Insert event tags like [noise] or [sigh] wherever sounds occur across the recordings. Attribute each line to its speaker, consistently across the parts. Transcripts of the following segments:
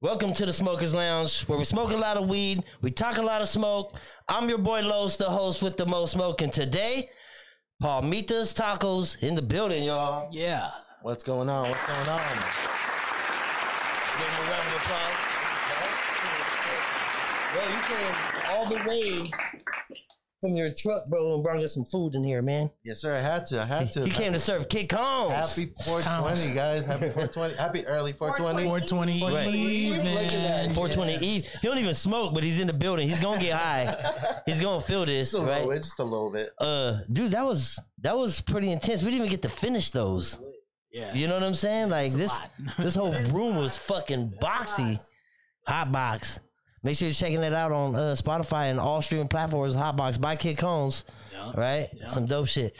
Speaker 1: Welcome to the Smokers Lounge, where we smoke a lot of weed, we talk a lot of smoke. I'm your boy Los, the host with the most smoking today, Palmitas Tacos in the building, y'all.
Speaker 2: Yeah.
Speaker 3: What's going on? What's going on?
Speaker 1: Give him a round of applause. Bro, you came all the way from your truck, bro, and brought us some food in here, man.
Speaker 3: Yes, sir. I had to. I had to.
Speaker 1: You came to serve Kid Combs.
Speaker 3: Happy 420, guys. Happy 420. Happy early 420.
Speaker 2: 420
Speaker 1: Right.
Speaker 2: Eve, man.
Speaker 1: 420 Eve. He don't even smoke, but he's in the building. He's gonna get high. He's gonna feel this,
Speaker 3: Just a
Speaker 1: right?
Speaker 3: little bit. Just a little bit.
Speaker 1: Uh, dude, that was that was pretty intense. We didn't even get to finish those.
Speaker 2: Yeah.
Speaker 1: You know what I'm saying? Like
Speaker 2: a
Speaker 1: this
Speaker 2: lot. [laughs]
Speaker 1: this whole room was fucking boxy. Hot box. Make sure you're checking it out on uh, Spotify and all streaming platforms. Hot box by Kid Cones,
Speaker 2: Yeah.
Speaker 1: right? Some dope shit.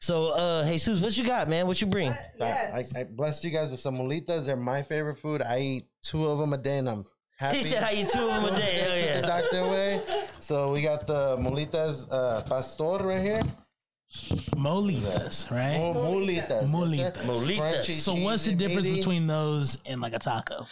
Speaker 1: So, uh, Jesus, what you got, man? What you bring?
Speaker 3: So I- I, I blessed you guys with some molitas. They're my favorite food. I eat two of them a day, and I'm happy.
Speaker 1: He said, "How you two of them a day?" Hell
Speaker 3: the [laughs]
Speaker 1: yeah.
Speaker 3: doctor way. So we got the molitas uh, pastor right here.
Speaker 2: Molitas,
Speaker 3: Oh,
Speaker 2: right?
Speaker 3: molitas.
Speaker 2: Molitas.
Speaker 1: Molitas.
Speaker 2: So what's the difference
Speaker 3: between?
Speaker 2: between those and like a taco?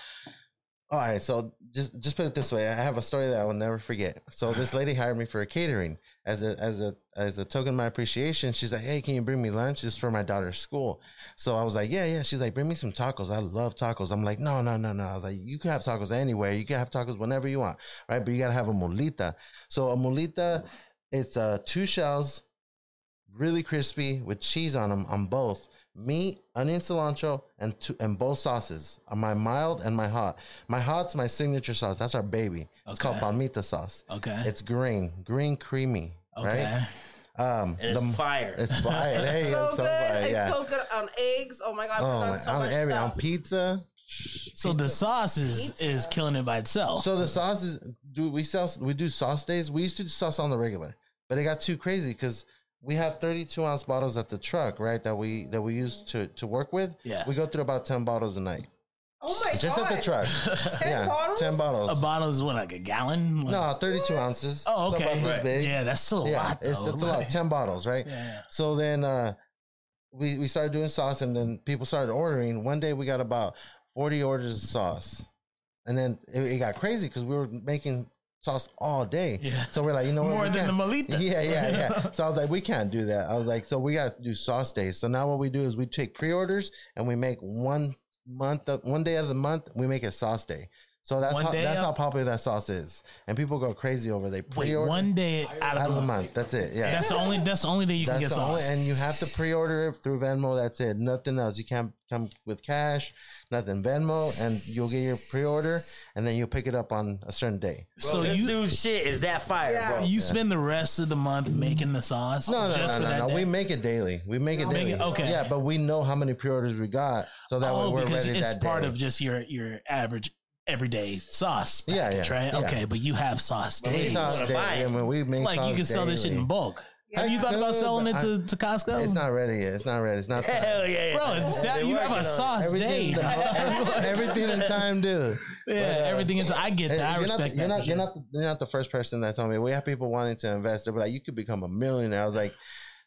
Speaker 3: All right, so just just put it this way. I have a story that I will never forget. So this lady hired me for a catering as a as a as a token of my appreciation. She's like, "Hey, can you bring me lunch? It's for my daughter's school." So I was like, "Yeah, yeah." She's like, "Bring me some tacos. I love tacos." I'm like, "No, no, no, no." I was like, "You can have tacos anywhere. You can have tacos whenever you want, right? But you gotta have a molita." So a molita, it's uh, two shells, really crispy with cheese on them on both meat, onion, cilantro, and two, and both sauces. On my mild and my hot. My hot's my signature sauce. That's our baby. It's called
Speaker 2: Okay.
Speaker 3: palmita sauce.
Speaker 2: Okay.
Speaker 3: It's green, green creamy,
Speaker 2: okay.
Speaker 3: right? Um,
Speaker 1: And it's fire.
Speaker 3: it's fire.
Speaker 4: [laughs]
Speaker 3: Hey, it's
Speaker 4: so
Speaker 3: so
Speaker 4: good.
Speaker 3: fire,
Speaker 4: it's
Speaker 3: yeah.
Speaker 4: so good on eggs. Oh my god,
Speaker 3: Oh,
Speaker 4: oh,
Speaker 3: my,
Speaker 4: on so
Speaker 3: on
Speaker 4: much
Speaker 3: every on
Speaker 4: stuff.
Speaker 3: pizza.
Speaker 2: So the sauce is, is killing it by itself.
Speaker 3: So the sauces do we sell? We do sauce days. We used to do sauce on the regular, but it got too crazy because we have thirty-two ounce bottles at the truck, right? That we that we use to to work with.
Speaker 2: Yeah.
Speaker 3: we go through about ten bottles a night,
Speaker 4: Oh my
Speaker 3: just
Speaker 4: god,
Speaker 3: at the truck.
Speaker 4: 10 bottles?
Speaker 3: ten
Speaker 2: [laughs]
Speaker 3: bottles.
Speaker 2: a bottle is what, like a gallon?
Speaker 3: no, thirty-two ounces.
Speaker 2: Oh,
Speaker 3: So
Speaker 2: okay.
Speaker 3: about this big.
Speaker 2: Yeah, that's still a
Speaker 3: yeah,
Speaker 2: lot.
Speaker 3: it's,
Speaker 2: though.
Speaker 3: it's
Speaker 2: [laughs]
Speaker 3: a lot. Ten bottles, right?
Speaker 2: Yeah.
Speaker 3: So then uh, we we started doing sauce, and then people started ordering. One day we got about forty orders of sauce, and then it, it got crazy because we were making sauce all day.
Speaker 2: Yeah.
Speaker 3: So we're like, you know what?
Speaker 2: More
Speaker 3: we
Speaker 2: than the
Speaker 3: can't-
Speaker 2: Molitas.
Speaker 3: [laughs] Yeah, yeah,
Speaker 2: [laughs]
Speaker 3: yeah. so I was like, we can't do that. I was like, so we got to do sauce days. So now what we do is we take pre-orders and we make one month of one day of the month we make a sauce day. So that's
Speaker 2: One
Speaker 3: how
Speaker 2: day
Speaker 3: that's
Speaker 2: of-
Speaker 3: how popular that sauce is, and people go crazy over. it. They
Speaker 2: Wait,
Speaker 3: pre-order
Speaker 2: one day out
Speaker 3: out
Speaker 2: of
Speaker 3: of
Speaker 2: the
Speaker 3: the
Speaker 2: month.
Speaker 3: month. That's it. Yeah.
Speaker 2: That's the only. That's the only day you can get
Speaker 3: That's the only,
Speaker 2: sauce.
Speaker 3: and you have to pre-order it through Venmo. That's it. Nothing else. You can't come with cash. Nothing. Venmo, and you'll get your pre-order, and then you'll pick it up on a certain day.
Speaker 2: so
Speaker 1: this
Speaker 2: you
Speaker 1: dude shit is that fire,
Speaker 4: Yeah.
Speaker 1: bro.
Speaker 2: you spend the rest of the month making the sauce.
Speaker 3: No, no,
Speaker 2: just
Speaker 3: no,
Speaker 2: for that
Speaker 3: no, no.
Speaker 2: day?
Speaker 3: We make it daily. We make it daily.
Speaker 2: it- okay.
Speaker 3: Yeah, but we know how many pre-orders we got, so that
Speaker 2: oh,
Speaker 3: way we're
Speaker 2: because
Speaker 3: ready
Speaker 2: it's
Speaker 3: that
Speaker 2: part
Speaker 3: day.
Speaker 2: of just your your average everyday sauce.
Speaker 3: Yeah,
Speaker 2: package,
Speaker 3: yeah,
Speaker 2: Right.
Speaker 3: yeah.
Speaker 2: Okay, but you have sauce
Speaker 3: We
Speaker 2: days.
Speaker 3: sauce
Speaker 1: Wanna
Speaker 3: daily.
Speaker 1: buy it.
Speaker 3: I mean, we make
Speaker 2: Like you
Speaker 3: sauce
Speaker 2: can sell this shit
Speaker 3: daily.
Speaker 2: in bulk.
Speaker 3: I
Speaker 2: Have you thought about
Speaker 3: could,
Speaker 2: selling it
Speaker 3: but
Speaker 2: to, to Costco?
Speaker 3: It's not ready yet. It's not
Speaker 2: [laughs]
Speaker 3: ready. It's not.
Speaker 1: Hell yeah.
Speaker 2: Bro, it's, you have a sauce day.
Speaker 3: Everything,
Speaker 2: [laughs]
Speaker 3: in the- everything in time, dude.
Speaker 2: yeah, everything. Into, I get
Speaker 3: uh, Hey,
Speaker 2: that. I
Speaker 3: you're, not,
Speaker 2: respect
Speaker 3: you're,
Speaker 2: that. for
Speaker 3: not,
Speaker 2: sure.
Speaker 3: you're, not the, you're not the first person that told me we have people wanting to invest. They're like, you could become a millionaire. I was like,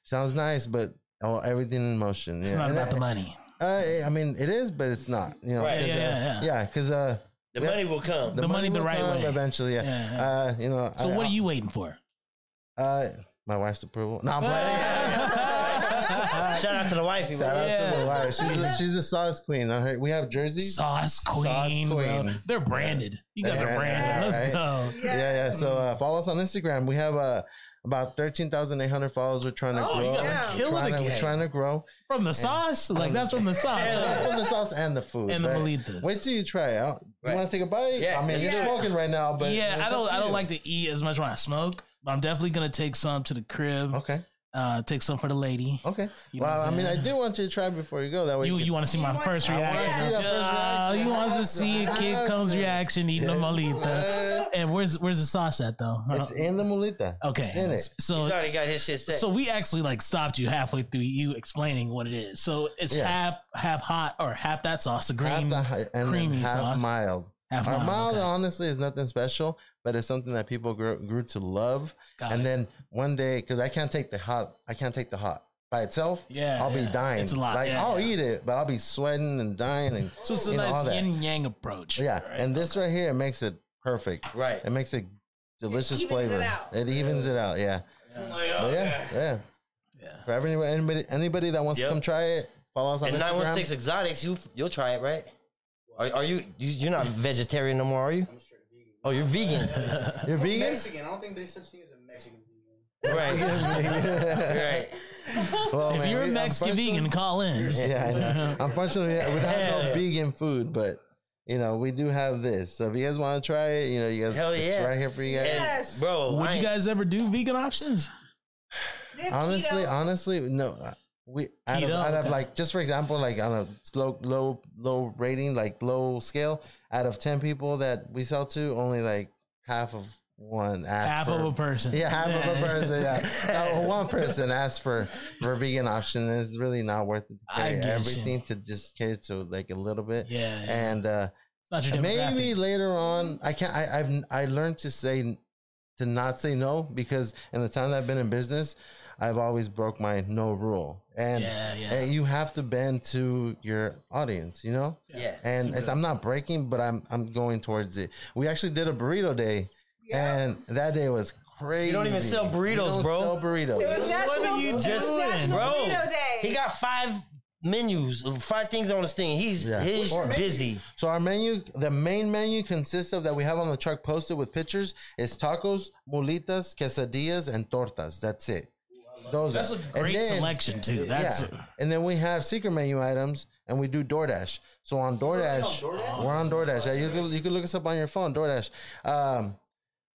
Speaker 3: sounds nice, but oh, everything in motion.
Speaker 2: It's
Speaker 3: yeah.
Speaker 2: not
Speaker 3: And
Speaker 2: about
Speaker 3: I,
Speaker 2: the money.
Speaker 3: Uh, I mean, it is, but it's not. You know,
Speaker 1: Right.
Speaker 3: because,
Speaker 2: Yeah, yeah,
Speaker 3: uh,
Speaker 2: yeah.
Speaker 3: yeah, because uh,
Speaker 1: The money will come.
Speaker 2: The money the
Speaker 3: will
Speaker 2: right
Speaker 3: come
Speaker 2: way.
Speaker 3: eventually. Yeah.
Speaker 2: Yeah, yeah.
Speaker 3: Uh, you know.
Speaker 2: So
Speaker 3: I-
Speaker 2: what are you waiting for?
Speaker 3: Uh, my wife's approval. No, [laughs] I'm
Speaker 2: Uh,
Speaker 3: playing.
Speaker 1: Shout out to the wifey.
Speaker 3: Shout
Speaker 1: bro.
Speaker 3: out to my wife. She's
Speaker 2: [laughs]
Speaker 3: a, she's a sauce queen. I heard- We have
Speaker 2: [laughs]
Speaker 3: jerseys.
Speaker 2: Sauce Queen. bro.
Speaker 3: Queen.
Speaker 2: They're branded. You guys
Speaker 3: They're
Speaker 2: are
Speaker 3: branded,
Speaker 2: branded. Let's
Speaker 3: right?
Speaker 2: go.
Speaker 3: Yeah, yeah. So uh, follow us on Instagram. We have uh, about thirteen thousand eight hundred followers. We're trying to
Speaker 2: Oh,
Speaker 3: grow.
Speaker 2: you
Speaker 4: yeah.
Speaker 2: gotta kill
Speaker 3: Trying
Speaker 2: it
Speaker 3: to, we're
Speaker 2: again.
Speaker 3: trying to grow.
Speaker 2: From the sauce? Like that's from the
Speaker 3: [laughs]
Speaker 2: sauce.
Speaker 3: from the sauce and the food
Speaker 2: And the
Speaker 3: but
Speaker 2: molitas.
Speaker 3: Wait till you try it out.
Speaker 1: Right.
Speaker 3: You want to take a bite?
Speaker 1: Yeah.
Speaker 3: I mean, you're
Speaker 4: Yeah.
Speaker 3: smoking right now, but
Speaker 2: yeah,
Speaker 3: it's
Speaker 2: I
Speaker 3: up
Speaker 2: don't
Speaker 3: to
Speaker 2: I don't
Speaker 3: you.
Speaker 2: like to eat as much when I smoke, but I'm definitely gonna take some to the crib
Speaker 3: Okay.
Speaker 2: Uh, take some for the lady.
Speaker 3: Okay.
Speaker 2: You know
Speaker 3: well,
Speaker 2: what
Speaker 3: I
Speaker 2: I'm
Speaker 3: mean, I
Speaker 2: saying?
Speaker 3: do want you to try before you go. That way
Speaker 2: You
Speaker 3: can-
Speaker 2: you want to see my
Speaker 4: want-
Speaker 2: first
Speaker 4: I wanna
Speaker 2: reaction?
Speaker 3: see that first
Speaker 2: Uh,
Speaker 3: reaction.
Speaker 2: he wants to see a kid comes reaction eating a
Speaker 3: Yes.
Speaker 2: molita. And where's where's the sauce at though? Uh,
Speaker 3: It's in the mulita.
Speaker 2: okay,
Speaker 3: It's in it.
Speaker 2: so
Speaker 1: He's already got his shit set.
Speaker 2: so we actually like stopped you halfway through you explaining what it is. So it's
Speaker 3: Yeah.
Speaker 2: half half hot or half that sauce, the
Speaker 3: Half
Speaker 2: green,
Speaker 3: the hi- and then
Speaker 2: creamy
Speaker 3: half
Speaker 2: sauce.
Speaker 3: mild.
Speaker 2: half
Speaker 3: Our
Speaker 2: mild,
Speaker 3: mild,
Speaker 2: okay.
Speaker 3: honestly, is nothing special, but it's something that people grew, grew to love.
Speaker 2: Got
Speaker 3: and
Speaker 2: it.
Speaker 3: then one day, because I can't take the hot, I can't take the hot by itself.
Speaker 2: Yeah,
Speaker 3: I'll
Speaker 2: yeah.
Speaker 3: be dying.
Speaker 2: It's a lot,
Speaker 3: Like
Speaker 2: yeah,
Speaker 3: I'll
Speaker 2: yeah.
Speaker 3: eat it, but I'll be sweating and dying, and
Speaker 2: so it's a
Speaker 3: you know, all
Speaker 2: nice
Speaker 3: that.
Speaker 2: yin yang approach.
Speaker 3: yeah.
Speaker 2: right?
Speaker 3: And this right here, it makes it perfect.
Speaker 1: right.
Speaker 3: It makes it delicious
Speaker 4: evens it
Speaker 3: flavor.
Speaker 4: out.
Speaker 3: It evens it out. Yeah. But yeah, yeah.
Speaker 2: Yeah.
Speaker 3: For every, anybody, anybody that wants
Speaker 1: Yep.
Speaker 3: to come try it, follow us on
Speaker 1: And nine one six
Speaker 3: Instagram.
Speaker 1: exotics, you you'll try it, right? Are, are you, you you're not vegetarian no more, are you? Oh, you're vegan,
Speaker 3: You're vegan.
Speaker 5: Mexican. I don't think there's such thing as a Mexican.
Speaker 1: right? Right.
Speaker 3: Well,
Speaker 2: if
Speaker 3: man,
Speaker 2: you're a
Speaker 3: we-
Speaker 2: Mexican
Speaker 3: unfortunately-
Speaker 2: vegan, call in.
Speaker 3: [laughs] Yeah, I know. Unfortunately, we don't have
Speaker 1: Yeah.
Speaker 3: no vegan food, but you know we do have this. So if you guys want to try it, you know you guys,
Speaker 1: Hell
Speaker 3: it's
Speaker 1: yeah.
Speaker 3: right here for you guys.
Speaker 1: And,
Speaker 4: Yes.
Speaker 1: bro.
Speaker 2: Would
Speaker 1: I
Speaker 2: you
Speaker 1: ain't-
Speaker 2: guys ever do vegan options?
Speaker 4: They have
Speaker 3: Honestly,
Speaker 4: keto.
Speaker 3: honestly, no. uh, We out of,
Speaker 2: Keto,
Speaker 3: out of
Speaker 2: okay.
Speaker 3: like just for example, like on a slow, low, low rating, like low scale, out of ten people that we sell to, only like half of one asked
Speaker 2: Half
Speaker 3: for-
Speaker 2: of a person.
Speaker 3: [laughs] Yeah, half
Speaker 2: [laughs]
Speaker 3: of a person. Yeah, Uh, one person asked for for vegan option. and It's really not worth it. To
Speaker 2: I
Speaker 3: carry
Speaker 2: get you.
Speaker 3: everything to just cater to like a little bit.
Speaker 2: Yeah, yeah.
Speaker 3: and uh,
Speaker 2: It's not your demographic.
Speaker 3: maybe later on i can't I, i've i learned to say to not say no because in the time that i've been in business i've always broke my no rule and
Speaker 2: Yeah, yeah.
Speaker 3: and you have to bend to your audience you know
Speaker 1: yeah.
Speaker 3: and it's, i'm not breaking but i'm i'm going towards it we actually did a burrito day and that day was crazy
Speaker 1: don't even sell
Speaker 3: We
Speaker 1: burritos,
Speaker 3: don't
Speaker 1: bro.
Speaker 3: sell burritos
Speaker 4: It was
Speaker 2: What
Speaker 4: National,
Speaker 2: are you
Speaker 4: it was
Speaker 2: just-
Speaker 4: National
Speaker 1: Bro,
Speaker 4: Burrito Day.
Speaker 1: He got five menus, of five things on his thing. He's
Speaker 3: Yeah.
Speaker 1: he's
Speaker 3: Or-
Speaker 1: busy.
Speaker 3: So our menu, the main menu consists of that we have on the truck posted with pictures is tacos, mulitas, quesadillas, and tortas. That's it. Those
Speaker 2: That's
Speaker 3: are.
Speaker 2: a
Speaker 3: And
Speaker 2: great
Speaker 3: then-
Speaker 2: selection too. That's
Speaker 3: yeah. And then we have secret menu items, and we do DoorDash. So on DoorDash,
Speaker 5: DoorDash?
Speaker 3: we're on DoorDash. Yeah, you can you can look us up on your phone, DoorDash. Um,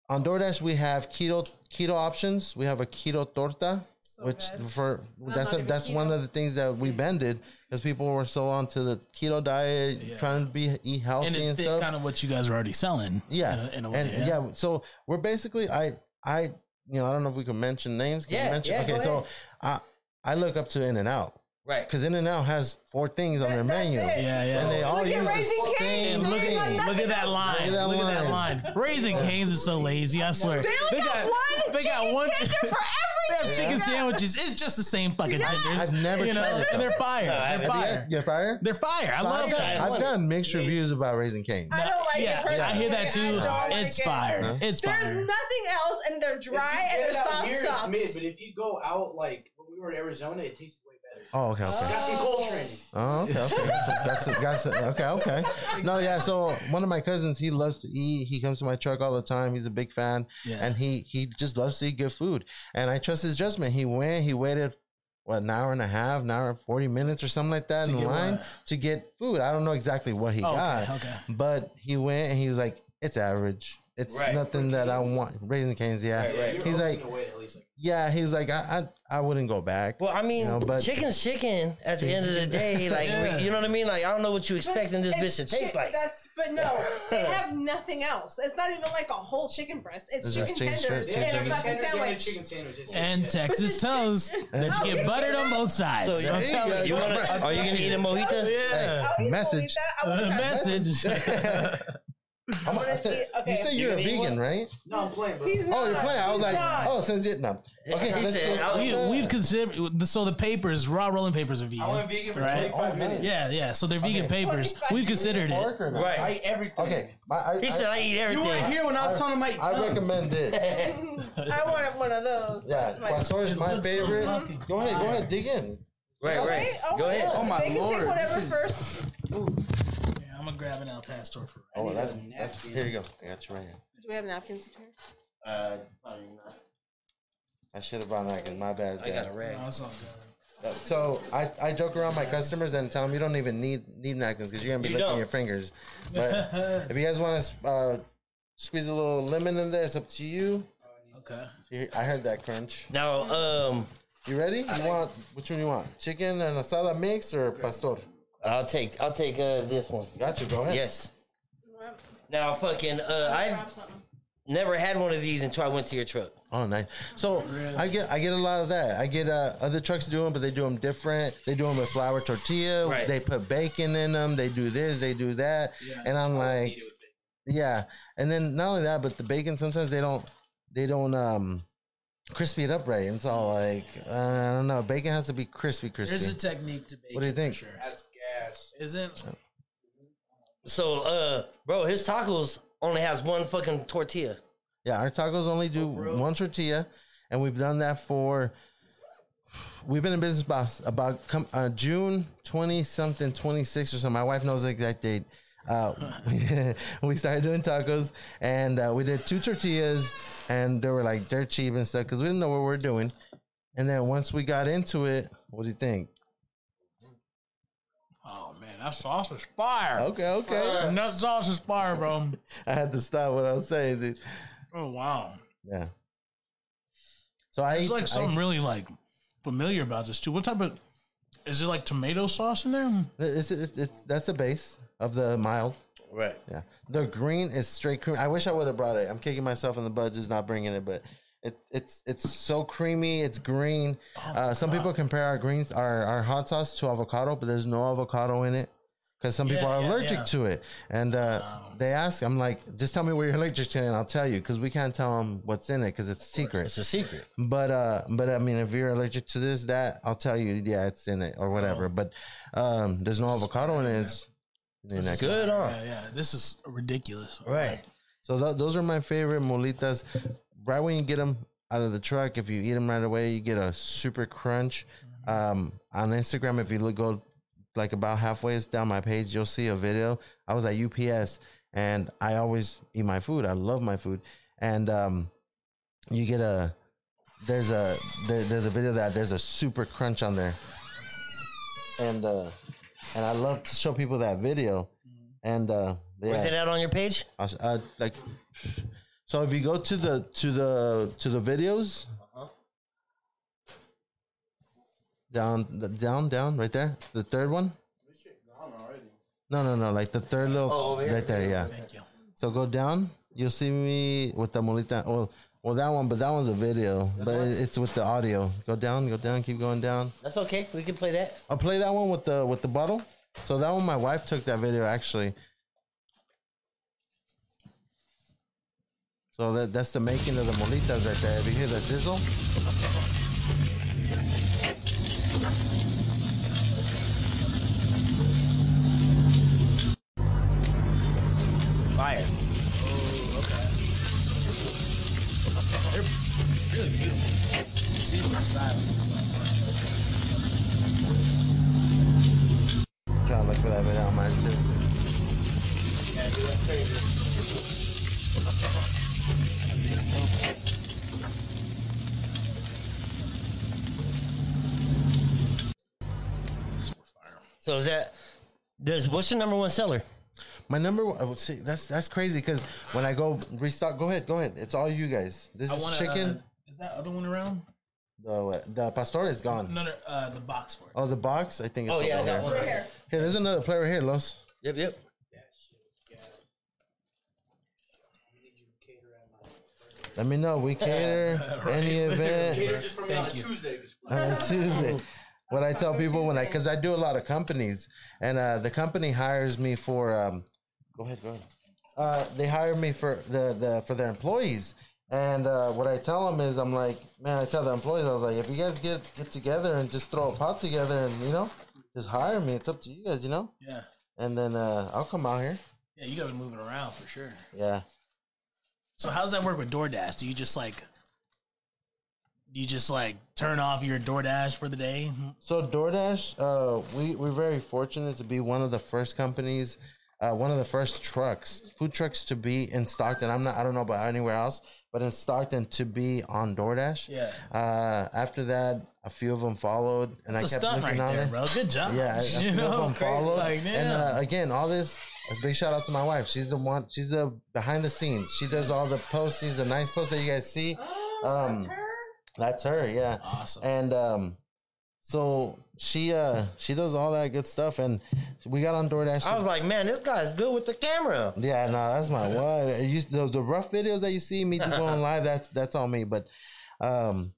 Speaker 3: on DoorDash, we have keto keto options. We have a keto torta, which for that's a,
Speaker 4: not even
Speaker 3: that's one
Speaker 4: keto.
Speaker 3: of the things that we bended because people were so onto the keto diet, trying to be eat healthy
Speaker 2: and
Speaker 3: and,
Speaker 2: it's
Speaker 3: stuff.
Speaker 2: kind of what you guys are already selling.
Speaker 3: yeah,
Speaker 2: in a, in a way.
Speaker 3: and
Speaker 2: yeah.
Speaker 3: yeah. So we're basically I I you know I don't know if we can mention names. Can we
Speaker 1: Yeah,
Speaker 3: mention?
Speaker 1: yeah,
Speaker 3: okay,
Speaker 1: go
Speaker 3: so I I look up to In and Out
Speaker 1: Right.
Speaker 3: because In and Out has four things on their
Speaker 4: That's
Speaker 3: menu,
Speaker 4: it.
Speaker 2: Yeah, yeah.
Speaker 3: and they all
Speaker 4: Look at
Speaker 3: use
Speaker 4: Raising
Speaker 3: the
Speaker 4: Cane's.
Speaker 3: same
Speaker 2: And look,
Speaker 4: They
Speaker 3: thing.
Speaker 4: got
Speaker 2: look at that line. Look at that, line. Raising Canes is so lazy, I swear.
Speaker 4: They only got, one.
Speaker 2: they got
Speaker 4: chicken
Speaker 2: one- [laughs]
Speaker 4: tender for
Speaker 2: They have
Speaker 4: everything.
Speaker 2: chicken sandwiches. It's just the same fucking tenders.
Speaker 3: I've never
Speaker 2: you know,
Speaker 3: tried it,
Speaker 2: and they're
Speaker 3: though.
Speaker 2: fire.
Speaker 1: I
Speaker 2: they're
Speaker 1: haven't.
Speaker 2: fire.
Speaker 3: Your fire.
Speaker 2: They're fire. I
Speaker 3: So
Speaker 2: love
Speaker 3: I've, got,
Speaker 2: that.
Speaker 3: I've gotten mixed reviews about Raising Cane's.
Speaker 4: I don't like
Speaker 2: yeah,
Speaker 4: it. Personally.
Speaker 2: I hear that
Speaker 4: I
Speaker 2: too.
Speaker 4: don't like
Speaker 2: It's
Speaker 4: it.
Speaker 2: fire. It's
Speaker 4: There's
Speaker 2: fire.
Speaker 4: nothing else, and they're dry, and their sauce sucks.
Speaker 5: mid, but if you go out like when we were in Arizona, it tastes way better.
Speaker 3: Oh, okay, okay.
Speaker 5: Got some culture in it.
Speaker 3: Oh, okay, okay. That's a, that's a, that's a, okay, okay. No, yeah. So one of my cousins, he loves to eat. He comes to my truck all the time. He's a big fan,
Speaker 2: Yeah.
Speaker 3: and he he just loves to eat good food. And I trust his judgment. He went. He waited what an hour and a half, an hour and forty minutes or something like that in
Speaker 2: get
Speaker 3: line
Speaker 2: what?
Speaker 3: to get food. I don't know exactly what he
Speaker 2: Oh,
Speaker 3: got,
Speaker 2: okay, okay.
Speaker 3: but he went and he was like, "It's average. It's
Speaker 1: Right,
Speaker 3: nothing that I want." Raising canes,
Speaker 1: Right,
Speaker 3: yeah.
Speaker 1: right.
Speaker 5: You're
Speaker 3: He's
Speaker 5: open
Speaker 3: like,
Speaker 5: away, at least. Like,
Speaker 3: yeah. He's like, I I, I wouldn't go back.
Speaker 1: Well, I mean,
Speaker 3: You know, but-
Speaker 1: chicken's chicken at the end of the day. Like,
Speaker 2: Yeah.
Speaker 1: you know what I mean? Like, I don't know what you expect in this
Speaker 4: And
Speaker 1: bitch to taste
Speaker 4: chick-
Speaker 1: like.
Speaker 4: That's but no,
Speaker 3: [laughs]
Speaker 4: they have nothing else. It's not even like a whole chicken breast. It's,
Speaker 3: It's just
Speaker 4: chicken
Speaker 3: chicken strips,
Speaker 4: tenders and a
Speaker 5: chicken
Speaker 4: fucking
Speaker 5: tender, yeah,
Speaker 4: sandwich.
Speaker 5: chicken sandwich. it's-
Speaker 2: And
Speaker 5: yeah. [laughs]
Speaker 2: Texas toast that you get buttered on both
Speaker 1: So,
Speaker 2: sides.
Speaker 1: you,
Speaker 2: I'm telling
Speaker 3: go.
Speaker 1: you wanna, are you gonna eat a mojita?
Speaker 2: Yeah.
Speaker 4: I'll eat a
Speaker 3: Message.
Speaker 4: bolita, I wouldn't have-
Speaker 2: message. [laughs]
Speaker 3: I'm, I
Speaker 4: gonna
Speaker 3: said,
Speaker 4: eat- okay.
Speaker 3: you say you're a
Speaker 1: gonna eat
Speaker 3: vegan,
Speaker 1: one?
Speaker 3: right?
Speaker 5: No, I'm playing, bro.
Speaker 4: He's
Speaker 3: Oh,
Speaker 4: not.
Speaker 3: you're playing. I was
Speaker 4: He's
Speaker 3: like,
Speaker 4: not.
Speaker 3: oh, since Vietnam. Okay,
Speaker 1: he
Speaker 3: let's
Speaker 1: said,
Speaker 3: go.
Speaker 1: I'll
Speaker 2: we, we've considered so the papers, raw rolling papers are vegan.
Speaker 5: I went vegan for
Speaker 2: Right.
Speaker 5: 25
Speaker 3: Oh,
Speaker 5: minutes.
Speaker 2: Yeah, yeah. So they're vegan papers.
Speaker 4: 45
Speaker 2: We've considered it.
Speaker 3: Pork or not?
Speaker 1: Right.
Speaker 5: I ate everything.
Speaker 3: Okay. My, I,
Speaker 1: He
Speaker 3: I,
Speaker 1: said, I eat
Speaker 5: You
Speaker 1: everything.
Speaker 5: weren't here when I was telling him I ate
Speaker 3: I
Speaker 5: tongue.
Speaker 1: [laughs]
Speaker 3: recommend it.
Speaker 4: I wanted one of those.
Speaker 3: Yeah,
Speaker 4: That's my.
Speaker 3: Pastor is my
Speaker 2: looks so
Speaker 3: favorite.
Speaker 2: fucking
Speaker 3: Go ahead, go ahead, dig in.
Speaker 1: Right, right.
Speaker 4: Wait, oh
Speaker 1: Go
Speaker 4: my
Speaker 1: ahead.
Speaker 4: God.
Speaker 5: Oh my
Speaker 4: they can
Speaker 5: Lord,
Speaker 4: take whatever
Speaker 5: this is-
Speaker 4: first.
Speaker 2: Yeah, I'm gonna grab an El Pastor for
Speaker 3: Oh,
Speaker 5: need
Speaker 3: that's,
Speaker 5: a
Speaker 3: that's
Speaker 5: napkin.
Speaker 3: here you go. I got you right here.
Speaker 4: Do we have napkins in here?
Speaker 1: Uh, probably not.
Speaker 3: I should have brought napkin. My bad.
Speaker 1: I got a
Speaker 3: Dad. Uh,
Speaker 1: rag.
Speaker 2: No, it's all good.
Speaker 3: So I, I joke around my customers and tell them you don't even need need napkins because you're gonna be
Speaker 1: You
Speaker 3: licking
Speaker 1: don't. [laughs]
Speaker 3: your fingers. But if you guys want to uh, squeeze a little lemon in there, it's up to you.
Speaker 2: Okay.
Speaker 3: I heard that crunch.
Speaker 1: Now, um,
Speaker 3: You ready? You want which one you want? Chicken and asada mix or pastor?
Speaker 1: I'll take I'll take uh, this one.
Speaker 3: Gotcha. Go ahead.
Speaker 1: Yes. Now fucking uh, I've never had one of these until I went to your truck.
Speaker 3: Oh, nice. So I get I get a lot of that. I get uh, other trucks do them, but they do them different. They do them with flour tortilla.
Speaker 1: Right.
Speaker 3: They put bacon in them. They do this. They do that. And
Speaker 1: Oh,
Speaker 3: I'm like, yeah. And then not only that, but the bacon sometimes they don't they don't um crispy it up right. And it's all like uh, I don't know. Bacon has to be crispy,
Speaker 2: There's a
Speaker 3: crispy.
Speaker 2: technique to bacon.
Speaker 3: What do you think?
Speaker 2: For sure.
Speaker 5: That's gas.
Speaker 2: Isn't
Speaker 1: So uh bro, his tacos only has one fucking tortilla.
Speaker 3: yeah, our tacos only do
Speaker 2: Oh,
Speaker 3: one tortilla, and we've done that for. We've been in business about about come, uh, June twenty something, twenty six or something. My wife knows the exact date. Uh, [laughs] we started doing tacos, and uh, we did two tortillas, and they were like dirt cheap and stuff because we didn't know what we were doing. And then once we got into it, what do you think?
Speaker 2: oh man, that sauce is fire.
Speaker 3: Okay, okay.
Speaker 2: And that sauce is fire, bro.
Speaker 3: I had to stop what I was saying. Dude.
Speaker 2: Oh wow.
Speaker 3: Yeah. So I
Speaker 2: There's
Speaker 3: eat-
Speaker 2: like something
Speaker 3: I-
Speaker 2: really like familiar about this too. What type of is it like tomato sauce in there?
Speaker 3: it's, it's, it's, that's the base of the mild.
Speaker 1: Right.
Speaker 3: Yeah, the green is straight cream. I wish I would have brought it. I'm kicking myself in the butt just not bringing it, but it's it's it's so creamy. It's green.
Speaker 2: Oh
Speaker 3: uh, some people compare our greens, our our hot sauce to avocado, but there's no avocado in it because some people
Speaker 2: Yeah,
Speaker 3: are
Speaker 2: yeah,
Speaker 3: allergic
Speaker 2: yeah.
Speaker 3: to it. And uh, they ask, I'm like, just tell me where you're allergic to, and I'll tell you because we can't tell them what's in it because it's secret.
Speaker 1: It's a secret.
Speaker 3: But uh, but I mean, if you're allergic to this, that I'll tell you, yeah, it's in it or whatever. But um, there's no avocado in it. It's, you're not-
Speaker 1: It's good, huh?
Speaker 2: Yeah, yeah. This is ridiculous.
Speaker 1: Right.
Speaker 3: So th- those are my favorite molitas. Right when you get them out of the truck, if you eat them right away, you get a super crunch. Um, on Instagram, if you look go like about halfway down my page, you'll see a video. I was at UPS, and I always eat my food. I love my food, and um, you get a there's a there, there's a video that there's a super crunch on there, and uh, and I love to show people that video, and uh, yeah.
Speaker 1: Was it out on your page?
Speaker 3: I s- uh, like so if you go to the to the to the videos down the, down down right there the third one no no no like the third little
Speaker 1: Oh, over here?
Speaker 3: right there yeah
Speaker 2: Thank you.
Speaker 3: so go down you'll see me with the molita well well that one but that one's a video but it, it's with the audio go down go down keep going down
Speaker 1: That's okay. We can play that.
Speaker 3: I'll play that one with the with the bottle. So that one, my wife took that video actually. So that that's the making of the molitas right there. If you hear the sizzle,
Speaker 1: Fire.
Speaker 3: trying to look for that video on mine too.
Speaker 1: So is that does what's your number one seller?
Speaker 3: My number one, oh, see, that's that's crazy because when I go restock, go ahead, go ahead. It's all you guys. This
Speaker 2: I
Speaker 3: is
Speaker 2: want
Speaker 1: uh,
Speaker 3: chicken.
Speaker 2: is that other one around?
Speaker 3: the what? the pastor is gone.
Speaker 2: No, no, uh, the box for it.
Speaker 3: Oh, the box. I think. It's
Speaker 1: Oh,
Speaker 3: over
Speaker 1: yeah, I got
Speaker 3: here.
Speaker 1: one.
Speaker 4: Over here.
Speaker 3: Here, there's another player here, Los.
Speaker 1: Yep, yep.
Speaker 3: Let me
Speaker 1: [laughs]
Speaker 3: know. We cater any event.
Speaker 5: Cater just for me on a Tuesday.
Speaker 3: [laughs] on Tuesday. What I tell people when I, because I do a lot of companies, and uh, the company hires me for. Um, go ahead, go ahead. Uh, they hire me for the, the for their employees, and uh, what I tell them is, I'm like, man, I tell the employees, I was like, if you guys get get together and just throw a pot together, and you know, just hire me. It's up to you guys, you know.
Speaker 2: Yeah.
Speaker 3: And then uh, I'll come out here.
Speaker 2: Yeah, you guys are moving around for sure.
Speaker 3: Yeah.
Speaker 2: So how does that work with DoorDash? Do you just like do you just like turn off your DoorDash for the day?
Speaker 3: So DoorDash, uh, we we're very fortunate to be one of the first companies, uh, one of the first trucks, food trucks to be in Stockton. I'm not, I don't know about anywhere else, but in Stockton to be on DoorDash.
Speaker 2: Yeah.
Speaker 3: Uh, after that, a few of them followed, and
Speaker 2: It's a
Speaker 3: I kept
Speaker 2: stunt
Speaker 3: looking
Speaker 2: right
Speaker 3: on
Speaker 2: there,
Speaker 3: it.
Speaker 2: bro. Good job. [laughs]
Speaker 3: Yeah, I, I
Speaker 2: you
Speaker 3: feel
Speaker 2: know,
Speaker 3: them followed.
Speaker 2: Like,
Speaker 3: and
Speaker 2: yeah.
Speaker 3: uh, again, all this. A big shout out to my wife. She's the one. She's the behind the scenes. She does all the posts. She's the nice posts that you guys see.
Speaker 4: Oh,
Speaker 3: Um,
Speaker 4: that's her.
Speaker 3: That's her, yeah.
Speaker 2: Awesome.
Speaker 3: And um, so she uh she does all that good stuff, and we got on DoorDash.
Speaker 1: I was like, man, this guy's good with the camera.
Speaker 3: yeah, no, that's [laughs] my what. You, the, the rough videos that you see me going live, that's that's on me. But um,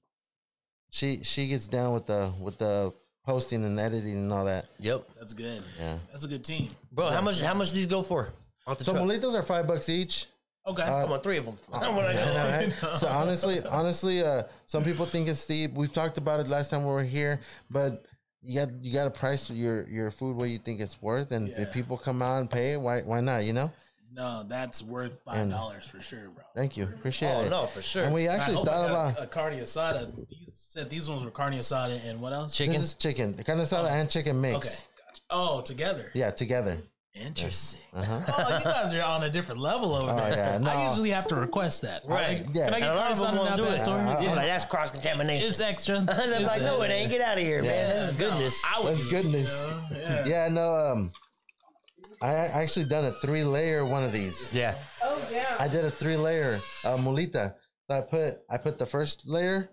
Speaker 3: she she gets down with the with the posting and editing and all that.
Speaker 1: Yep,
Speaker 2: That's good.
Speaker 3: Yeah.
Speaker 2: That's a good team.
Speaker 1: bro. How much? How much these go for? Off the
Speaker 3: So
Speaker 1: truck. Oh,
Speaker 3: molitos are five bucks each.
Speaker 2: Okay.
Speaker 3: Uh,
Speaker 1: I want three of them. [laughs] When I go-
Speaker 3: And, uh, so honestly, honestly, uh, some people think it's steep. We've talked about it last time we were here, but you got you got to price your your food what you think it's worth, and
Speaker 2: Yeah.
Speaker 3: if people come out and pay, why why not? You know.
Speaker 2: no, that's worth five dollars for sure, bro.
Speaker 3: Thank you, appreciate
Speaker 1: Oh
Speaker 3: it.
Speaker 1: no, for sure.
Speaker 3: And we
Speaker 2: I
Speaker 3: actually
Speaker 2: hope I
Speaker 3: thought
Speaker 2: got
Speaker 3: about
Speaker 2: a, a carne asada. You said these ones were carne asada and what else?
Speaker 1: Chicken.
Speaker 3: this is chicken, the kind of salad and chicken mix.
Speaker 2: Okay. Gotcha. Oh, together.
Speaker 3: Yeah, together.
Speaker 2: Interesting. [laughs] Oh, you guys are on a different level over
Speaker 3: Oh,
Speaker 2: there.
Speaker 3: yeah, no.
Speaker 2: I usually have to request that.
Speaker 1: Right.
Speaker 2: Like,
Speaker 3: Yeah. Uh-huh.
Speaker 2: Can I
Speaker 1: and
Speaker 3: And
Speaker 2: get
Speaker 1: a lot of them
Speaker 2: carne asada
Speaker 1: won't
Speaker 2: now
Speaker 1: do
Speaker 2: that
Speaker 1: it.
Speaker 2: store?
Speaker 1: I'm
Speaker 2: Yeah.
Speaker 1: like, that's cross contamination.
Speaker 2: It's extra.
Speaker 1: And [laughs] I'm
Speaker 2: It's,
Speaker 1: like, no,
Speaker 2: uh,
Speaker 1: it ain't. Get out of here, man. This is goodness.
Speaker 2: I would
Speaker 3: That's
Speaker 2: eat it,
Speaker 3: goodness.
Speaker 2: you know?
Speaker 3: Yeah.
Speaker 2: Yeah.
Speaker 3: no. Um, I I actually done a three layer one of these.
Speaker 1: Yeah.
Speaker 4: Oh damn.
Speaker 3: I did a three layer uh, molita. So I put I put the first layer,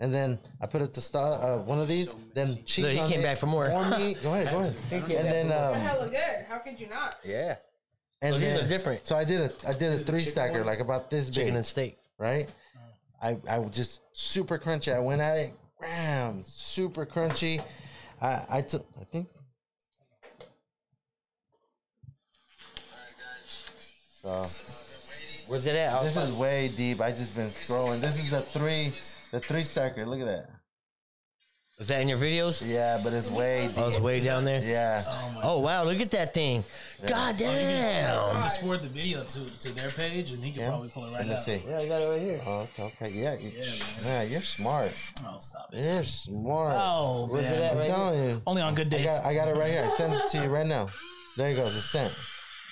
Speaker 3: and then I put it to start uh, one of these. Then cheese.
Speaker 1: Look, he
Speaker 3: on
Speaker 1: came
Speaker 3: it,
Speaker 1: back for more.
Speaker 3: meat. Go ahead, go
Speaker 1: [laughs]
Speaker 3: ahead. And then
Speaker 4: They're
Speaker 3: um,
Speaker 4: hella good. How could you not?
Speaker 1: Yeah.
Speaker 3: and
Speaker 1: So these
Speaker 3: then-
Speaker 1: are different.
Speaker 3: So I did a I did a three stacker like about this
Speaker 1: Chicken
Speaker 3: big,
Speaker 1: and steak.
Speaker 3: right? I I was just super crunchy. I went at it, bam, super crunchy. I I took I think. So.
Speaker 1: Where's it at?
Speaker 3: This is way deep. I just been scrolling. This is the three, the three stacker. Look at that.
Speaker 1: Is that in your videos?
Speaker 3: Yeah, but it's way
Speaker 1: Oh,
Speaker 3: deep.
Speaker 1: it's way down there.
Speaker 3: Yeah.
Speaker 1: Oh wow, look at that thing. God damn.
Speaker 2: Just forward the video to, to their page, and he can
Speaker 3: Yeah.
Speaker 2: probably pull it right
Speaker 3: Let's
Speaker 2: out.
Speaker 3: see.
Speaker 1: Yeah, I got it right here.
Speaker 3: Oh, okay, okay. Yeah, you,
Speaker 2: Yeah, man.
Speaker 3: yeah, you're smart.
Speaker 2: Oh, stop it.
Speaker 3: You're smart.
Speaker 2: Oh,
Speaker 1: Where's it at
Speaker 2: man.
Speaker 3: I'm
Speaker 1: right
Speaker 3: telling you.
Speaker 2: Only on good
Speaker 3: I
Speaker 2: days.
Speaker 3: got, I got it right here. I sent it to you right now. There you go. It's sent.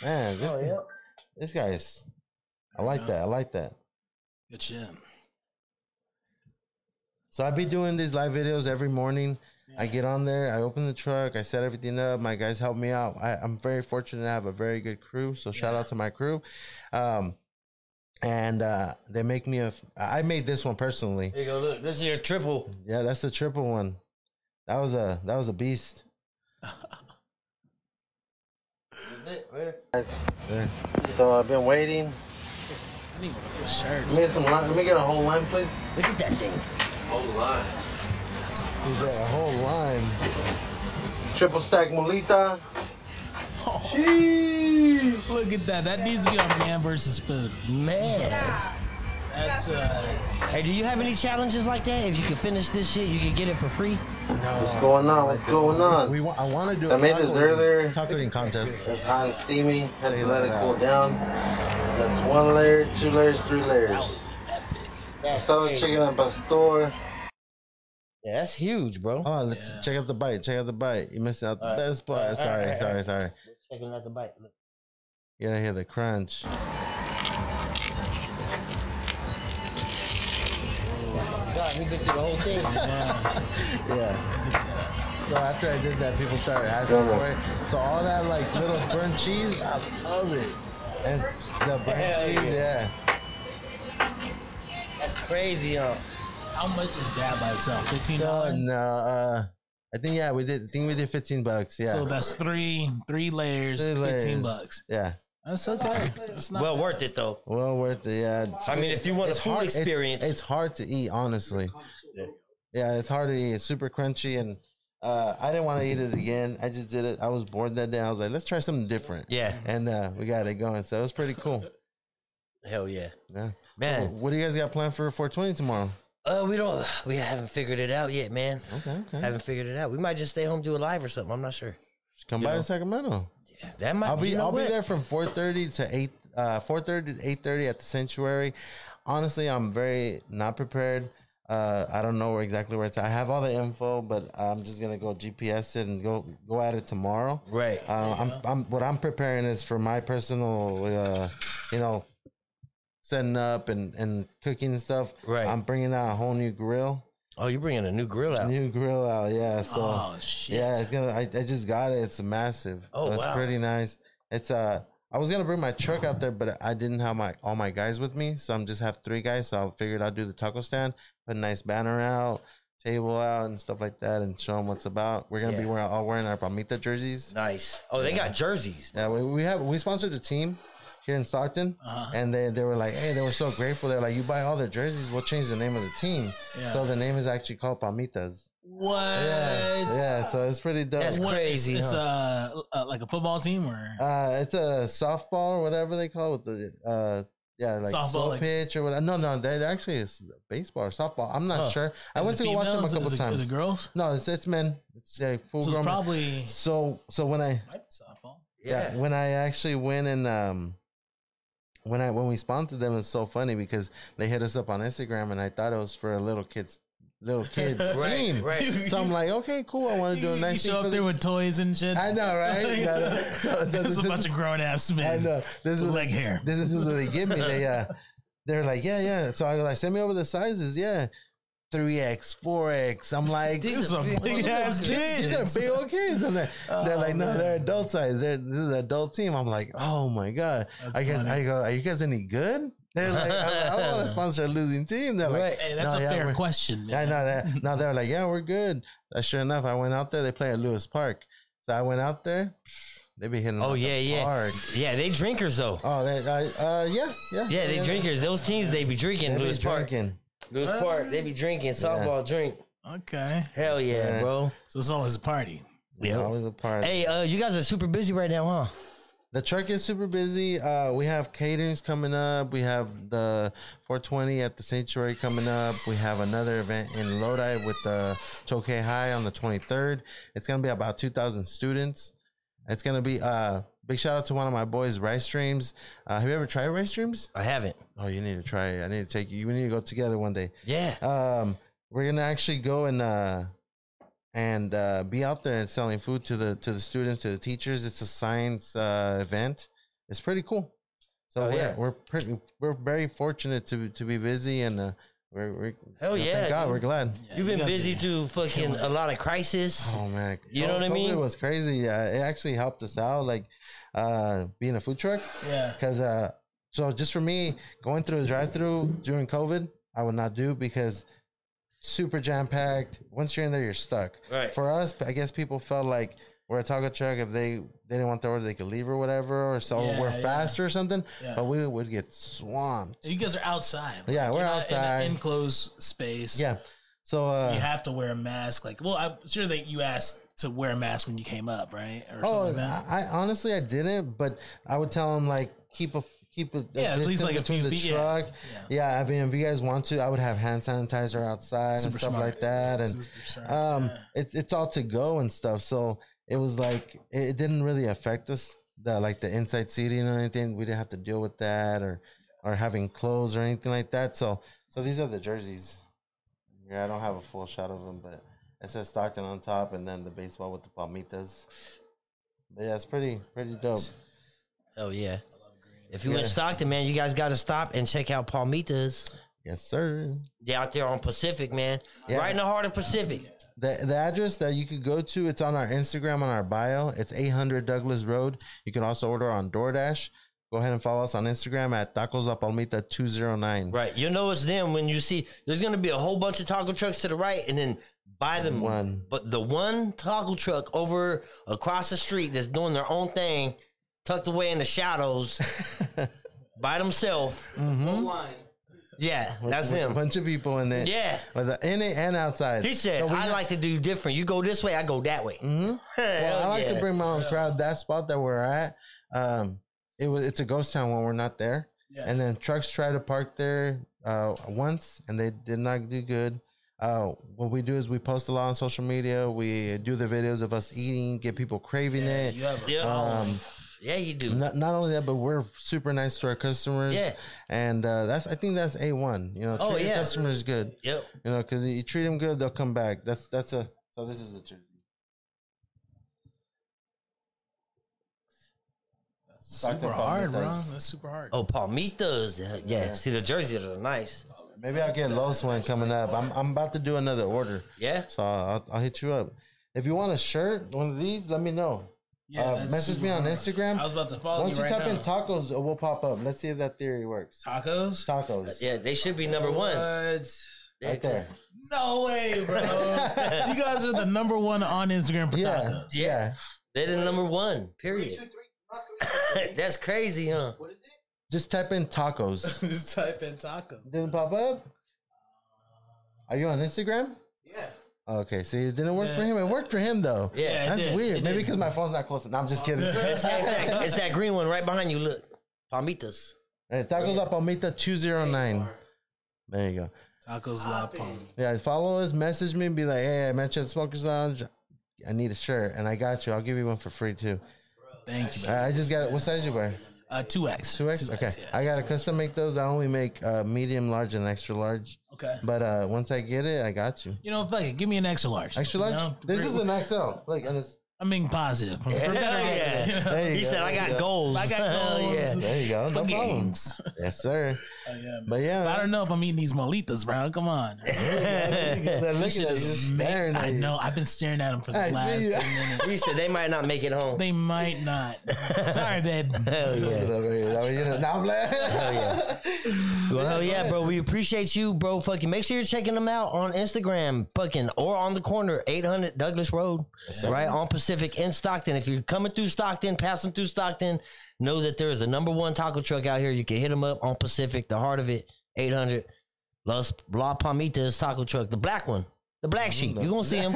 Speaker 3: Man, this,
Speaker 1: Oh, yep.
Speaker 3: this guy is. I like that. I like that.
Speaker 2: Good shit.
Speaker 3: So I be doing these live videos every morning. I get on there, I open the truck, I set everything up. My guys help me out. I, I'm very fortunate to have a very good crew. So shout out to my crew. Um, and uh, they make me a. I made this one personally.
Speaker 1: There you go. Look, this is your triple.
Speaker 3: Yeah, that's the triple one. That was a that was
Speaker 2: [laughs]
Speaker 3: a beast.
Speaker 1: Is it? Right
Speaker 3: So I've been waiting.
Speaker 2: I need one of those shirts.
Speaker 3: Let me get some lime. Let me get a whole lime, please.
Speaker 1: Look at that thing.
Speaker 3: Is that a whole lime? Triple stack molita.
Speaker 2: Look at that. That needs to be on man versus food.
Speaker 1: Man.
Speaker 2: That's uh,
Speaker 1: Hey, do you have any challenges like that? If you can finish this shit, you can get it for free.
Speaker 3: What's going on? What's going on?
Speaker 6: We want, I want to do.
Speaker 3: I
Speaker 6: a
Speaker 3: made this
Speaker 6: taco-
Speaker 3: earlier.
Speaker 6: Taco eating contest.
Speaker 3: It's hot and steamy. Had to let it cool down. That's one layer, two layers, three layers. Solid chicken and pastor.
Speaker 1: Yeah, that's huge, bro.
Speaker 3: Oh, let's check out the bite. Check out the bite. You missed out the best part. sorry, sorry, sorry.
Speaker 1: Checking out the bite. Look.
Speaker 3: You gotta hear the crunch.
Speaker 1: God, he been through the whole thing.
Speaker 3: Yeah. So after I did that, people started asking for it. So all that like little burnt cheese, I love it. And the burnt
Speaker 1: Hell
Speaker 3: cheese, yeah.
Speaker 1: That's crazy, huh?
Speaker 2: how much is that by itself? Fifteen
Speaker 3: No,
Speaker 2: dollars.
Speaker 3: no. Uh, I think yeah, we did. I think we did fifteen bucks. Yeah.
Speaker 2: So that's three three layers,
Speaker 3: Three
Speaker 2: fifteen
Speaker 3: layers.
Speaker 2: bucks.
Speaker 3: yeah.
Speaker 2: That's okay. That's not
Speaker 1: Well worth it though.
Speaker 3: Well worth it. Yeah.
Speaker 1: I mean, if you want a food
Speaker 3: hard-
Speaker 1: experience,
Speaker 3: It's, hard to eat, honestly.
Speaker 1: Yeah.
Speaker 3: Yeah, it's hard to eat. It's super crunchy, and uh, I didn't want to eat it again. I just did it. I was bored that day. I was like, let's try something different.
Speaker 1: yeah,
Speaker 3: And uh, we got it going, so it was pretty cool.
Speaker 1: hell yeah,
Speaker 3: Yeah. Wh-
Speaker 1: man.
Speaker 3: What do you guys got planned for 420 tomorrow?
Speaker 1: Uh, we don't, we haven't figured it out yet, man.
Speaker 3: Okay, okay.
Speaker 1: Haven't figured it out. We might just stay home, do a live or something. I'm not sure.
Speaker 3: Come by to Sacramento.
Speaker 1: That might.
Speaker 3: I'll be
Speaker 1: you know
Speaker 3: I'll
Speaker 1: what?
Speaker 3: be there from 4:30 to 8 uh 4:30 to 8:30 at the sanctuary. Honestly, I'm very not prepared. Uh, I don't know where exactly where it's at. I have all the info, but I'm just gonna go GPS it and go go at it tomorrow.
Speaker 1: Right.
Speaker 3: Uh, I'm, I'm what I'm preparing is for my personal, uh, you know, setting up and and cooking and stuff.
Speaker 1: Right.
Speaker 3: I'm bringing out a whole new grill,
Speaker 1: Oh, you're bringing a new grill out.
Speaker 3: new grill out. Yeah. So.
Speaker 2: Oh shit.
Speaker 3: Yeah, it's gonna. I, I just got it. It's massive.
Speaker 1: Oh,
Speaker 3: it's
Speaker 1: wow.
Speaker 3: pretty nice. It's uh, I was gonna bring my truck out there, but I didn't have my all my guys with me, so I'm just have three guys. So I figured I'll do the taco stand, put a nice banner out, table out, and stuff like that, and show them what's about. We're gonna be
Speaker 1: Yeah.
Speaker 3: wearing all wearing our Palmita jerseys.
Speaker 1: Nice. Oh, they got jerseys.
Speaker 3: Yeah, we, we have we sponsored a team here in Stockton,
Speaker 2: Uh-huh.
Speaker 3: and they they were like, hey, they were so grateful. They're like, you buy all their jerseys, we'll change the name of the team.
Speaker 2: Yeah.
Speaker 3: So the name is actually called Palmitas.
Speaker 2: What?
Speaker 3: Yeah, yeah. So it's pretty dope.
Speaker 1: That's
Speaker 2: What-
Speaker 1: crazy,
Speaker 2: It's
Speaker 1: huh?
Speaker 2: uh, uh, like a football team or
Speaker 3: Uh, it's a softball or whatever they call it. With the uh, yeah, like
Speaker 2: Softball,
Speaker 3: slow
Speaker 2: like-
Speaker 3: pitch or whatever. No, no, that actually is baseball or softball. I'm not
Speaker 2: Huh.
Speaker 3: sure. I
Speaker 2: Is
Speaker 3: went
Speaker 2: it
Speaker 3: to go watch them a
Speaker 2: females? Is
Speaker 3: couple
Speaker 2: it-
Speaker 3: times.
Speaker 2: Is it girls?
Speaker 3: no, it's it's men. It's like full
Speaker 2: So it's
Speaker 3: grown. men.
Speaker 2: probably
Speaker 3: so so when I
Speaker 2: might be softball.
Speaker 3: yeah. when I actually went and um when I when we sponsored them, it's so funny because they hit us up on Instagram and I thought it was for a little kids
Speaker 2: [laughs]
Speaker 3: little kids
Speaker 1: Right,
Speaker 3: team.
Speaker 1: right.
Speaker 3: So I'm like, okay, cool. I want to do
Speaker 2: You,
Speaker 3: a
Speaker 2: you
Speaker 3: nice thing
Speaker 2: show
Speaker 3: for
Speaker 2: up
Speaker 3: the-
Speaker 2: there with toys and shit.
Speaker 3: I know,
Speaker 2: [laughs]
Speaker 3: right? No, no. So- so
Speaker 2: this is a bunch of grown ass
Speaker 3: I
Speaker 2: men.
Speaker 3: know. This is
Speaker 2: with
Speaker 3: what-
Speaker 2: leg hair.
Speaker 3: this is what they give me. They uh, they're like, yeah, yeah. So I was like, send me over the sizes, yeah, three X, four X. I'm like,
Speaker 2: These
Speaker 3: these
Speaker 2: are
Speaker 1: big
Speaker 2: big ass
Speaker 1: motherfuckers.
Speaker 2: kids. Oh,
Speaker 3: are big old kids.
Speaker 2: [laughs]
Speaker 3: And they're, they're like, no, they're adult size. They're this is an adult team. I'm like, oh my god.
Speaker 2: That's
Speaker 3: I guess
Speaker 2: funny.
Speaker 3: I go, are you guys any good? They're like, I, I
Speaker 2: [laughs]
Speaker 3: want to sponsor a losing team. They're like,
Speaker 1: Right.
Speaker 2: Hey, that's
Speaker 3: No,
Speaker 2: a
Speaker 3: yeah,
Speaker 2: fair
Speaker 3: we're-
Speaker 2: question.
Speaker 3: yeah,
Speaker 2: Man.
Speaker 1: [laughs]
Speaker 3: no, that, no, they're like, yeah, we're good. Uh, sure enough, I went out there. They play at Lewis Park, so I went out there. They be hitting.
Speaker 1: Oh,
Speaker 3: like
Speaker 1: yeah,
Speaker 3: the
Speaker 1: yeah.
Speaker 3: Park.
Speaker 1: Yeah, they drinkers though.
Speaker 3: Oh, they, I, uh, yeah, yeah,
Speaker 1: Yeah, they drinkers. Those teams they be drinking.
Speaker 3: They be
Speaker 1: Lewis Park.
Speaker 3: drinking.
Speaker 1: Lewis Park. They be drinking softball drink.
Speaker 2: Okay,
Speaker 1: Hell yeah,
Speaker 3: Yeah.
Speaker 1: bro.
Speaker 2: so it's always a party.
Speaker 1: Yeah.
Speaker 3: Always a party.
Speaker 1: Hey, uh, you guys are super busy right now, huh?
Speaker 3: The truck is super busy. Uh, we have caterings coming up. We have the 420 at the sanctuary coming up. We have another event in Lodi with the Tokay High on the 23rd. It's gonna be about 2,000 students. It's gonna be uh big shout out to one of my boys, Rice Streams. Uh, have you ever tried Rice Streams?
Speaker 1: I haven't.
Speaker 3: Oh, you need to try it. I need to take you. We need to go together one day.
Speaker 1: Yeah.
Speaker 3: [laughs] um, we're gonna actually go and uh, and uh, be out there and selling food to the to the students to the teachers. It's a science uh, event. It's pretty cool. So
Speaker 1: Oh,
Speaker 3: we're
Speaker 1: yeah.
Speaker 3: we're pretty we're very fortunate to to be busy and uh, we're, we're
Speaker 1: Hell
Speaker 3: you know,
Speaker 1: yeah,
Speaker 3: Thank God
Speaker 1: dude.
Speaker 3: we're glad.
Speaker 1: You've been
Speaker 2: you guys
Speaker 1: busy
Speaker 2: are-
Speaker 1: through fucking a lot of crisis.
Speaker 3: Oh man,
Speaker 1: You know what I
Speaker 3: COVID
Speaker 1: mean?
Speaker 3: was crazy. Uh, it actually helped us out, like uh, being a food truck.
Speaker 2: Yeah,
Speaker 3: Because uh, so just for me, going through a drive-through during COVID, I would not do because super jam-packed. Once you're in there, you're stuck.
Speaker 1: Right.
Speaker 3: For us, I guess people felt like we're a taco truck. If they they didn't want the order, they could leave or whatever, or so
Speaker 2: Yeah,
Speaker 3: we're
Speaker 2: yeah.
Speaker 3: fast or something.
Speaker 2: Yeah.
Speaker 3: But we would get swamped.
Speaker 2: you guys are outside.
Speaker 3: Yeah,
Speaker 2: Like,
Speaker 3: we're
Speaker 2: you're not
Speaker 3: outside.
Speaker 2: in an enclosed space.
Speaker 3: Yeah. So uh,
Speaker 2: you have to wear a mask. Like, well, I'm sure that you asked to wear a mask when you came up, right? Or
Speaker 3: Oh,
Speaker 2: something like that.
Speaker 3: I, I honestly I didn't, but I would tell them like keep a keep a, a
Speaker 2: Yeah, at least,
Speaker 3: distance
Speaker 2: like, a
Speaker 3: between
Speaker 2: few
Speaker 3: the
Speaker 2: feet, yeah.
Speaker 3: truck.
Speaker 2: Yeah.
Speaker 3: Yeah. I mean, if you guys want to, I would have hand sanitizer outside and
Speaker 2: Super
Speaker 3: stuff
Speaker 2: smart.
Speaker 3: like that, and
Speaker 2: Super smart,
Speaker 3: um,
Speaker 2: yeah.
Speaker 3: it's it's all to go and stuff. So it was like it, it didn't really affect us the like the inside seating or anything. We didn't have to deal with that or or having clothes or anything like that. So so these are the jerseys. Yeah, I don't have a full shot of them, but it says Stockton on top, and then the baseball with the palmitas. But yeah, it's pretty pretty dope.
Speaker 1: Hell yeah. If you in Stockton, man, you guys got to stop and check out Palmitas.
Speaker 3: Yes, sir.
Speaker 1: They're out there on Pacific, man.
Speaker 3: Yeah.
Speaker 1: Right in the heart of Pacific.
Speaker 3: The, the address that you could go to, it's on our Instagram, on our bio. It's 800 Douglas Road. You can also order on DoorDash. Go ahead and follow us on Instagram at Tacos La Palmita 209.
Speaker 1: Right. You'll know it's them when you see there's gonna be a whole bunch of taco trucks to the right and then by them
Speaker 3: One.
Speaker 1: But the one taco truck over across the street that's doing their own thing, tucked away in the
Speaker 3: [laughs]
Speaker 1: shadows by themselves.
Speaker 5: Full line.
Speaker 1: Yeah, that's
Speaker 3: Mm-hmm. With A
Speaker 1: them.
Speaker 3: bunch of people in it.
Speaker 1: Yeah.
Speaker 3: With the- in it and outside.
Speaker 1: He said,
Speaker 3: So we- Mm.
Speaker 1: I like to do different. You go this way, I go that way. [laughs]
Speaker 3: Mm-hmm. well, I like to
Speaker 1: yeah.
Speaker 3: bring my own crowd. That spot that we're at, um, it was it's a ghost town when we're not there.
Speaker 2: Yeah.
Speaker 3: And then trucks try to park there uh, once, and they did not do good. Uh, what we do is we post a lot on social media. We do the videos of us eating, get people craving it.
Speaker 2: you have a
Speaker 1: Yeah. Oh,
Speaker 3: Um,
Speaker 1: yeah, you do.
Speaker 3: Not, not only that, but we're super nice to our customers.
Speaker 1: Yeah.
Speaker 3: And uh, that's I think that's a one. You know, treat
Speaker 1: Oh,
Speaker 3: your
Speaker 1: yeah.
Speaker 3: customers good.
Speaker 1: Yep.
Speaker 3: You know, because you treat them good, they'll come back. That's that's a so this is a jersey.
Speaker 2: super
Speaker 3: Dr.
Speaker 2: hard, bro.
Speaker 3: Palmitas.
Speaker 2: That's super hard.
Speaker 1: Oh, Palmitas. Yeah, yeah. See, the jerseys are nice.
Speaker 3: Maybe I'll get Los one coming up. I'm I'm about to do another order,
Speaker 1: Yeah.
Speaker 3: so I'll, I'll hit you up. If you want a shirt, one of these, let me know.
Speaker 2: Yeah,
Speaker 3: uh,
Speaker 2: that's
Speaker 3: message
Speaker 2: super
Speaker 3: me on
Speaker 2: hard.
Speaker 3: Instagram.
Speaker 2: I was about to follow
Speaker 3: Once
Speaker 2: you
Speaker 3: you
Speaker 2: right
Speaker 3: type
Speaker 2: now.
Speaker 3: in tacos, it will pop up. Let's see if that theory works.
Speaker 2: tacos.
Speaker 3: Tacos.
Speaker 1: Yeah, they should be number one.
Speaker 2: What?
Speaker 3: Right there.
Speaker 2: [laughs] No way, bro.
Speaker 3: [laughs]
Speaker 2: you guys are the number one on Instagram for
Speaker 3: Yeah.
Speaker 2: tacos.
Speaker 3: Yeah.
Speaker 1: They're the number one.
Speaker 5: Three, two,
Speaker 1: Period.
Speaker 5: three, not three, two, three.
Speaker 1: [laughs] That's crazy, huh?
Speaker 5: What is it?
Speaker 3: Just type in
Speaker 2: [laughs]
Speaker 3: tacos.
Speaker 2: Just type in
Speaker 3: [laughs]
Speaker 2: taco.
Speaker 3: Didn't pop up? Are you on Instagram?
Speaker 5: Yeah.
Speaker 3: Okay, see, it didn't work for him. It worked for him though.
Speaker 1: Yeah.
Speaker 2: it
Speaker 3: That's
Speaker 2: did.
Speaker 3: weird.
Speaker 2: It
Speaker 3: Maybe
Speaker 2: did.
Speaker 3: because my phone's not close. No, I'm just
Speaker 2: [laughs]
Speaker 3: kidding.
Speaker 1: It's, it's that, it's that green one right behind you. Look, palmitas.
Speaker 3: All right, tacos La Palmita 209. There you go.
Speaker 2: Tacos La Palma.
Speaker 3: Yeah, follow us, message me, and be like, hey, I met you at Smokers Lounge. I need a shirt, and I got you. I'll give you one for free too.
Speaker 2: Thank you. man.
Speaker 3: I I just got it. What size you wear?
Speaker 2: Uh, 2X.
Speaker 3: 2X? Okay. I got to custom make those. I only make uh, medium, large, and extra large.
Speaker 2: Okay.
Speaker 3: But uh, once I get it, I got you.
Speaker 2: You know, fuck it. Give me an extra large.
Speaker 3: Extra
Speaker 2: You
Speaker 3: large?
Speaker 2: know?
Speaker 3: this
Speaker 2: We're-
Speaker 3: is an XL. Look, and it's.
Speaker 2: I'm being positive. For better
Speaker 1: yeah.
Speaker 2: days, you know?
Speaker 3: There you
Speaker 1: He
Speaker 3: go,
Speaker 1: said, "I
Speaker 3: there you
Speaker 1: got goals.
Speaker 2: I
Speaker 1: [laughs]
Speaker 2: got
Speaker 1: Hell
Speaker 2: goals.
Speaker 1: yeah.
Speaker 3: There you go. No problem.
Speaker 2: Gains.
Speaker 3: Yes, sir.
Speaker 2: Oh, [laughs] yeah, man.
Speaker 3: But yeah,
Speaker 2: I don't know if I'm eating these molitas, bro. Come on.
Speaker 3: They're looking at you, staring at
Speaker 2: I
Speaker 3: you.
Speaker 2: know. I've been staring at them for the
Speaker 3: [laughs] I see
Speaker 2: last two
Speaker 3: that. [laughs]
Speaker 2: minutes.
Speaker 1: He said they might not make it home.
Speaker 2: [laughs] They might not. Sorry, babe.
Speaker 1: Hell yeah.
Speaker 3: Now I'm like, [laughs]
Speaker 1: Well, hell yeah, bro. We appreciate you, bro. Fucking make sure you're checking them out on Instagram, fucking, or on the corner, 800 Douglas Road, right on Pacific in Stockton. If you're coming through Stockton, passing through Stockton, know that there is the number one taco truck out here. You can hit them up on Pacific, the heart of it, 800 Las La Palmitas Taco Truck, the black one. The black sheep. You're going to see him.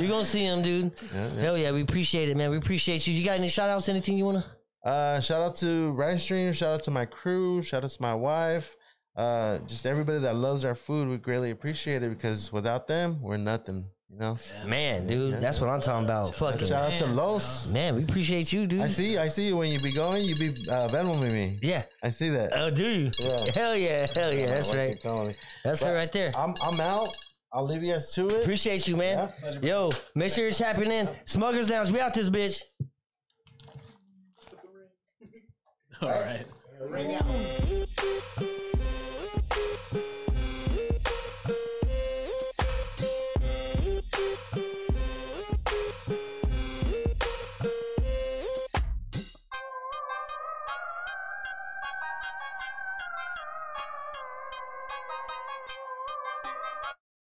Speaker 1: You're going to see him, dude. Hell yeah. We appreciate it, man. We appreciate you. You got any shout outs? Anything you want to?
Speaker 3: Uh, shout out to Rice Stream. Shout out to my crew. Shout out to my wife. Uh, just everybody that loves our food, we greatly appreciate it because without them, we're nothing. You know.
Speaker 1: Man, dude, that's what I'm talking about. Fucking.
Speaker 3: Shout out to Los.
Speaker 1: Man, we appreciate you, dude.
Speaker 3: I see. I see you when you be going. You be uh, Venmoing me.
Speaker 1: Yeah.
Speaker 3: I see that.
Speaker 1: Oh, do you?
Speaker 3: Yeah.
Speaker 1: Hell yeah. Hell yeah. That's
Speaker 3: What you
Speaker 1: right.
Speaker 3: calling me.
Speaker 1: That's
Speaker 3: But
Speaker 1: her right there.
Speaker 3: I'm I'm out. I'll leave you guys to it.
Speaker 1: Appreciate you, man. Yo, make sure you're tapping in. Smuggler's Lounge, we out this bitch.
Speaker 2: All right.
Speaker 5: Ring out.